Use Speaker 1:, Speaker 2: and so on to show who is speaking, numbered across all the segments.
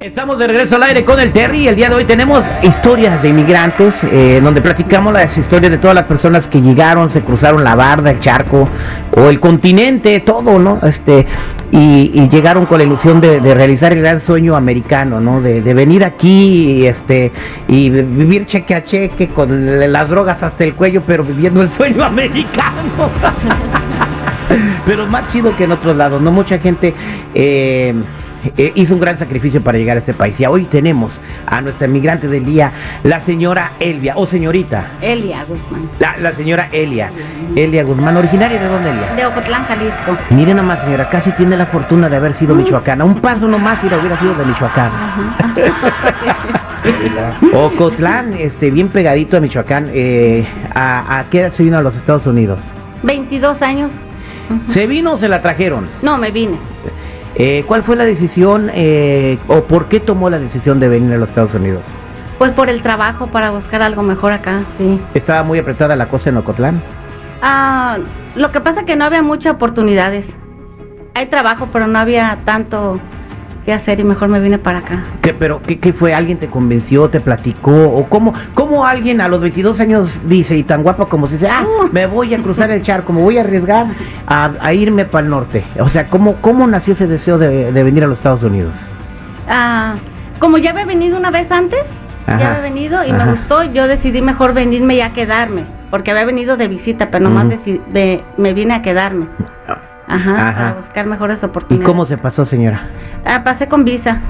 Speaker 1: Estamos de regreso al aire con el Terry y el día de hoy tenemos historias de inmigrantes eh, donde platicamos las historias de todas las personas que llegaron, se cruzaron la barda, el charco o el continente, todo, ¿no? Este y, y llegaron con la ilusión de, de realizar el gran sueño americano, ¿no? De, de venir aquí y, este y vivir cheque a cheque con las drogas hasta el cuello, pero viviendo el sueño americano. pero más chido que en otros lados, ¿no? Mucha gente eh, eh, hizo un gran sacrificio para llegar a este país. Y hoy tenemos a nuestra inmigrante del día, la señora Elvia, o señorita,
Speaker 2: Elia Guzmán,
Speaker 1: la, la señora Elia. Elia Guzmán, originaria de dónde, Elia?
Speaker 2: de Ocotlán, Jalisco.
Speaker 1: Miren nomás, señora, casi tiene la fortuna de haber sido michoacana. Un paso nomás y la hubiera sido de Michoacán. Ocotlán, este, bien pegadito a Michoacán. eh, ¿a, ¿A qué edad se vino a los Estados Unidos?
Speaker 2: 22 años.
Speaker 1: ¿Se vino o se la trajeron?
Speaker 2: No, me vine.
Speaker 1: Eh, ¿Cuál fue la decisión eh, o por qué tomó la decisión de venir a los Estados Unidos?
Speaker 2: Pues por el trabajo, para buscar algo mejor acá, sí.
Speaker 1: ¿Estaba muy apretada la cosa en Ocotlán?
Speaker 2: Ah, lo que pasa que no había muchas oportunidades. Hay trabajo, pero no había tanto que hacer y mejor me vine para acá.
Speaker 1: ¿Qué, ¿Pero qué, qué fue? ¿Alguien te convenció, te platicó? ¿O cómo, cómo alguien a los 22 años dice, y tan guapa como se dice, ah, me voy a cruzar el charco, me voy a arriesgar a, a irme para el norte? O sea, ¿cómo, cómo nació ese deseo de, de venir a los Estados Unidos?
Speaker 2: Ah, como ya había venido una vez antes,
Speaker 1: Ajá,
Speaker 2: ya había venido y
Speaker 1: ajá.
Speaker 2: me gustó, yo decidí mejor venirme y a quedarme, porque había venido de visita, pero nomás
Speaker 1: Ujú. Ah.
Speaker 2: deci- me, me vine a quedarme. Ajá,
Speaker 1: Ajá.
Speaker 2: para buscar mejores
Speaker 1: ¿Y
Speaker 2: oportunidades.
Speaker 1: cómo se pasó, señora?
Speaker 2: Ah, pasé con visa.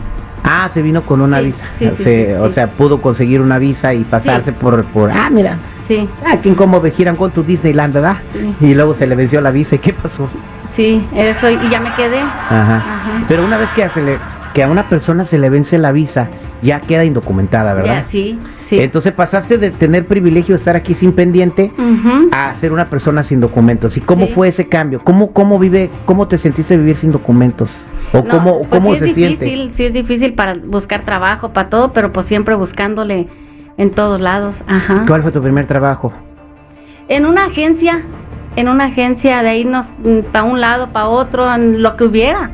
Speaker 1: Ah, se vino con una
Speaker 2: Sí,
Speaker 1: visa.
Speaker 2: sí, sí,
Speaker 1: Se-
Speaker 2: sí,
Speaker 1: o
Speaker 2: sí.
Speaker 1: sea, pudo conseguir una visa y pasarse por, por... Ah, mira,
Speaker 2: Sí,
Speaker 1: aquí en cómo giran con tu Disneyland, ¿verdad?
Speaker 2: sí,
Speaker 1: Y luego se le venció la visa y ¿qué pasó?
Speaker 2: sí, eso, y ya me quedé.
Speaker 1: Ajá.
Speaker 2: Ajá.
Speaker 1: Pero una vez que, se le- que a una persona se le vence la visa, ya queda indocumentada, ¿verdad?
Speaker 2: Ya, sí, sí.
Speaker 1: Entonces pasaste de tener privilegio de estar aquí sin pendiente
Speaker 2: Ujú.
Speaker 1: a ser una persona sin documentos. ¿Y cómo
Speaker 2: Sí.
Speaker 1: fue ese cambio? ¿Cómo, cómo vive, cómo te sentiste vivir sin documentos? ¿O
Speaker 2: No,
Speaker 1: cómo,
Speaker 2: pues
Speaker 1: cómo
Speaker 2: sí
Speaker 1: se
Speaker 2: es difícil,
Speaker 1: siente?
Speaker 2: sí es difícil para buscar trabajo, para todo, pero pues siempre buscándole en todos lados. Ajá.
Speaker 1: ¿Cuál fue tu primer trabajo?
Speaker 2: En una agencia, en una agencia de irnos para un lado, para otro, en lo que hubiera,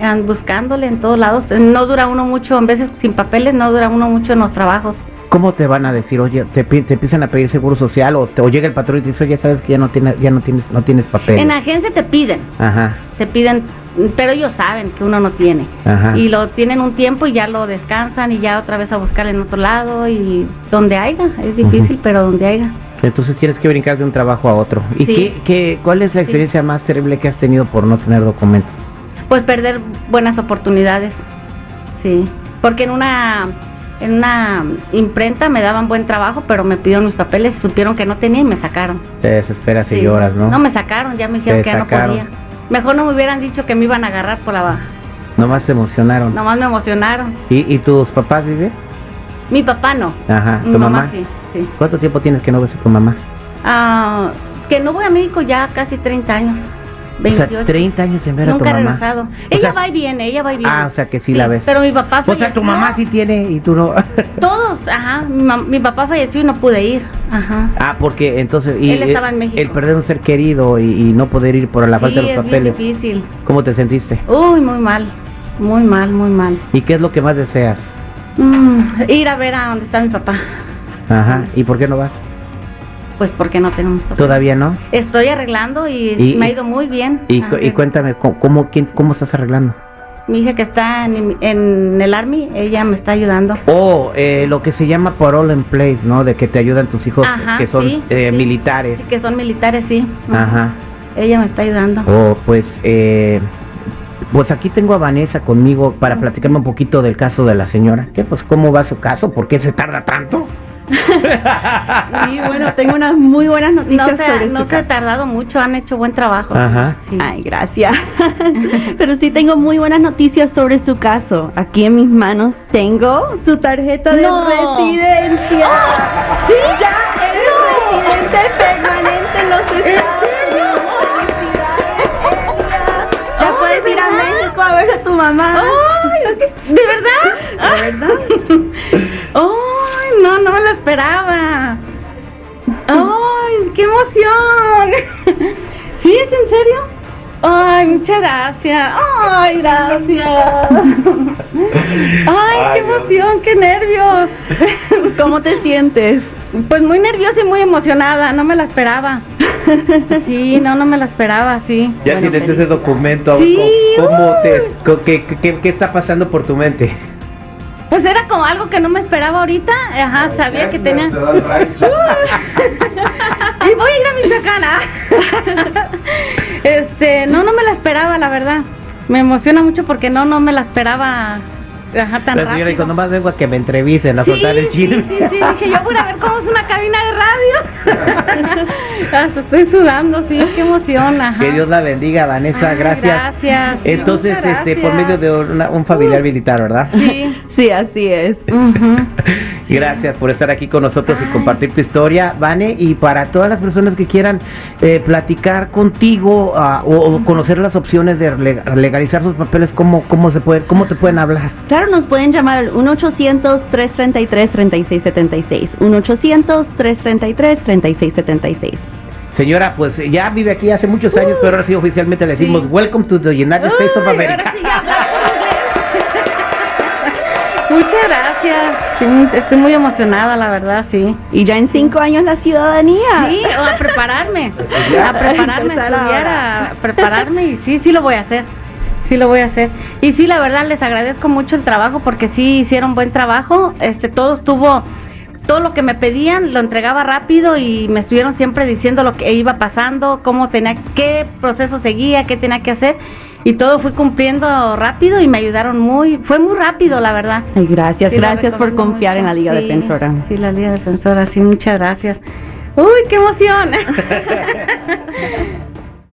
Speaker 2: an- buscándole en todos lados. No dura uno mucho, a veces sin papeles no dura uno mucho en los trabajos.
Speaker 1: ¿Cómo te van a decir, oye, te, pi- te empiezan a pedir seguro social o, te- o llega el patrón y te dice, oye, sabes que ya no, tiene, ya no tienes, no tienes papel?
Speaker 2: En agencia te piden,
Speaker 1: Ajá,
Speaker 2: te piden, pero ellos saben que uno no tiene.
Speaker 1: ajá.
Speaker 2: Y lo tienen un tiempo y ya lo descansan y ya otra vez a buscar en otro lado y donde haya. Es difícil, pero donde haya.
Speaker 1: Entonces tienes que brincar de un trabajo a otro. ¿Y
Speaker 2: Sí.
Speaker 1: qué, qué, cuál es la
Speaker 2: Sí.
Speaker 1: experiencia más terrible que has tenido por no tener documentos?
Speaker 2: Pues perder buenas oportunidades. Sí. Porque en una, en una imprenta me daban buen trabajo, pero me pidieron mis papeles, supieron que no tenía y me sacaron.
Speaker 1: Te desesperas y
Speaker 2: Sí.
Speaker 1: lloras, ¿no?
Speaker 2: No me sacaron, ya me dijeron
Speaker 1: Te
Speaker 2: que
Speaker 1: sacaron.
Speaker 2: ya no podía. Mejor no me hubieran dicho que me iban a agarrar por la baja.
Speaker 1: Nomás te emocionaron.
Speaker 2: Nomás me emocionaron.
Speaker 1: ¿Y, y tus papás viven?
Speaker 2: Mi papá no.
Speaker 1: Ajá. ¿Tu
Speaker 2: Mi
Speaker 1: mamá?
Speaker 2: sí, sí.
Speaker 1: ¿Cuánto tiempo tienes que no ves a tu mamá?
Speaker 2: Ah, que no voy a México ya casi 30 años. 28.
Speaker 1: O sea, 30 años en ver a tu
Speaker 2: Nunca he
Speaker 1: mamá.
Speaker 2: regresado. Ella
Speaker 1: sea,
Speaker 2: va y viene, ella va y viene.
Speaker 1: Ah, o sea que sí, la ves.
Speaker 2: Pero mi papá
Speaker 1: o sea, tu
Speaker 2: falleció.
Speaker 1: mamá sí tiene y tú no.
Speaker 2: Todos, ajá. Mi, mam- mi papá falleció y no pude ir. Ajá.
Speaker 1: ah, porque entonces. Y,
Speaker 2: Él estaba en
Speaker 1: eh,
Speaker 2: México.
Speaker 1: El perder un ser querido y, y no poder ir por la falta
Speaker 2: sí,
Speaker 1: de los
Speaker 2: es bien
Speaker 1: papeles.
Speaker 2: difícil.
Speaker 1: ¿Cómo te sentiste?
Speaker 2: Uy, muy mal. Muy mal, muy mal.
Speaker 1: ¿Y qué es lo que más deseas?
Speaker 2: Mm, ir a ver a dónde está mi papá.
Speaker 1: Ajá. ¿Y por qué no vas?
Speaker 2: Pues porque no tenemos papá.
Speaker 1: ¿Todavía no?
Speaker 2: Estoy arreglando y,
Speaker 1: Y-
Speaker 2: me ha ido muy bien.
Speaker 1: Y,
Speaker 2: Ajá,
Speaker 1: cu- y
Speaker 2: gracias.
Speaker 1: cuéntame, ¿cómo, cómo, quién- cómo estás arreglando?
Speaker 2: Mi hija que está en, en el Army, ella me está ayudando.
Speaker 1: O eh, lo que se llama parole in place, ¿no? De que te ayudan tus hijos
Speaker 2: Ajá,
Speaker 1: que son
Speaker 2: sí,
Speaker 1: eh,
Speaker 2: sí.
Speaker 1: militares.
Speaker 2: Así que son militares, sí.
Speaker 1: Ajá.
Speaker 2: Ella me está ayudando.
Speaker 1: O pues, eh, pues aquí tengo a Vanessa conmigo para
Speaker 2: Ujú.
Speaker 1: platicarme un poquito del caso de la señora. ¿Qué? Pues, ¿cómo va su caso? ¿Por qué se tarda tanto?
Speaker 3: Sí, bueno, tengo unas muy buenas noticias
Speaker 2: No se, ha-
Speaker 3: sobre
Speaker 2: no
Speaker 3: este
Speaker 2: se ha
Speaker 3: caso.
Speaker 2: tardado mucho, han hecho buen trabajo.
Speaker 1: Ajá.
Speaker 2: Sí.
Speaker 3: Ay, gracias. Pero sí tengo muy buenas noticias sobre su caso. Aquí en mis manos tengo su tarjeta de
Speaker 2: No. ¡Ah!
Speaker 3: residencia. Sí, ya eres residente permanente en los Estados Unidos. ¡Felicidades, Elia!
Speaker 2: ¡Ah,
Speaker 3: Ya puedes ir a México a ver a tu mamá.
Speaker 2: ¿De verdad?
Speaker 3: ¿De verdad?
Speaker 2: ¡Ay, no, no me lo esperaba! ¡Ay, qué emoción! ¿Sí es en serio? ¡Ay, muchas gracias! ¡Ay, gracias! ¡Ay, emoción, qué nervios.
Speaker 3: ¿Cómo te sientes?
Speaker 2: Pues muy nerviosa y muy emocionada, no me la esperaba. Sí, no, no me la esperaba, sí.
Speaker 1: Ya
Speaker 3: Bueno,
Speaker 1: tienes ese
Speaker 3: feliz.
Speaker 1: documento.
Speaker 2: Sí,
Speaker 1: ¿Cómo, cómo te, co- qué, qué- qué- qué está pasando por tu mente?
Speaker 2: Pues era como algo que no me esperaba ahorita, ajá, sabía que tenía... Y voy a ir a Michoacán. ah. Este, no, no me la esperaba, la verdad. Me emociona mucho porque no, no me la esperaba ajá, tan
Speaker 1: La señora dijo,
Speaker 2: rápido.
Speaker 1: nomás vengo a que me entrevisten, a
Speaker 2: Sí,
Speaker 1: soltar el
Speaker 2: sí,
Speaker 1: chisme.
Speaker 2: sí, sí, dije yo voy a ver cómo es una cabina de radio. Hasta estoy sudando, sí, qué emoción, ajá.
Speaker 1: Que Dios la bendiga, Vanessa,
Speaker 2: Ay,
Speaker 1: gracias.
Speaker 2: Gracias. sí,
Speaker 1: Entonces,
Speaker 2: muchas
Speaker 1: este, por medio
Speaker 2: gracias.
Speaker 1: de
Speaker 2: Uh.
Speaker 1: una- un familiar militar, ¿verdad?
Speaker 2: Sí.
Speaker 3: Sí, así es.
Speaker 2: ujú.
Speaker 1: Gracias por estar aquí con nosotros y
Speaker 2: Ay.
Speaker 1: compartir tu historia, Vane. Y para todas las personas que quieran eh, platicar contigo ah, o, o conocer las opciones de leg- legalizar sus papeles, ¿cómo, cómo, se pueden, ¿cómo te pueden hablar?
Speaker 3: Claro, nos pueden llamar al 1-800-333-3676. 1-800-333-3676.
Speaker 1: Señora, pues eh, ya vive aquí hace muchos años, pero ahora sí oficialmente le decimos
Speaker 2: Uh. Sí.
Speaker 1: Welcome to the United States of
Speaker 2: Uy,
Speaker 1: America.
Speaker 2: ahora sí ya hablamos inglés. Muchas gracias. Sí, much- estoy muy emocionada, la verdad, sí.
Speaker 3: Y ya en cinco años la ciudadanía.
Speaker 2: Sí, o a prepararme. A
Speaker 1: estudiar.
Speaker 2: prepararme, a
Speaker 3: Empezar
Speaker 2: estudiar,
Speaker 3: ahora.
Speaker 2: a prepararme y sí, sí lo voy a hacer. Sí lo voy a hacer. Y sí, la verdad les agradezco mucho el trabajo porque sí hicieron buen trabajo. Este todo estuvo todo lo que me pedían lo entregaba rápido y me estuvieron siempre diciendo lo que iba pasando, cómo tenía qué proceso seguía, qué tenía que hacer y todo fui cumpliendo rápido y me ayudaron muy fue muy rápido, la verdad.
Speaker 3: Ay, gracias,
Speaker 2: Sí, lo
Speaker 3: gracias por
Speaker 2: recomiendo
Speaker 3: confiar en la
Speaker 2: mucho.
Speaker 3: Liga
Speaker 2: Sí,
Speaker 3: Defensora.
Speaker 2: Sí, la Liga Defensora, sí, muchas gracias. Uy, qué emoción.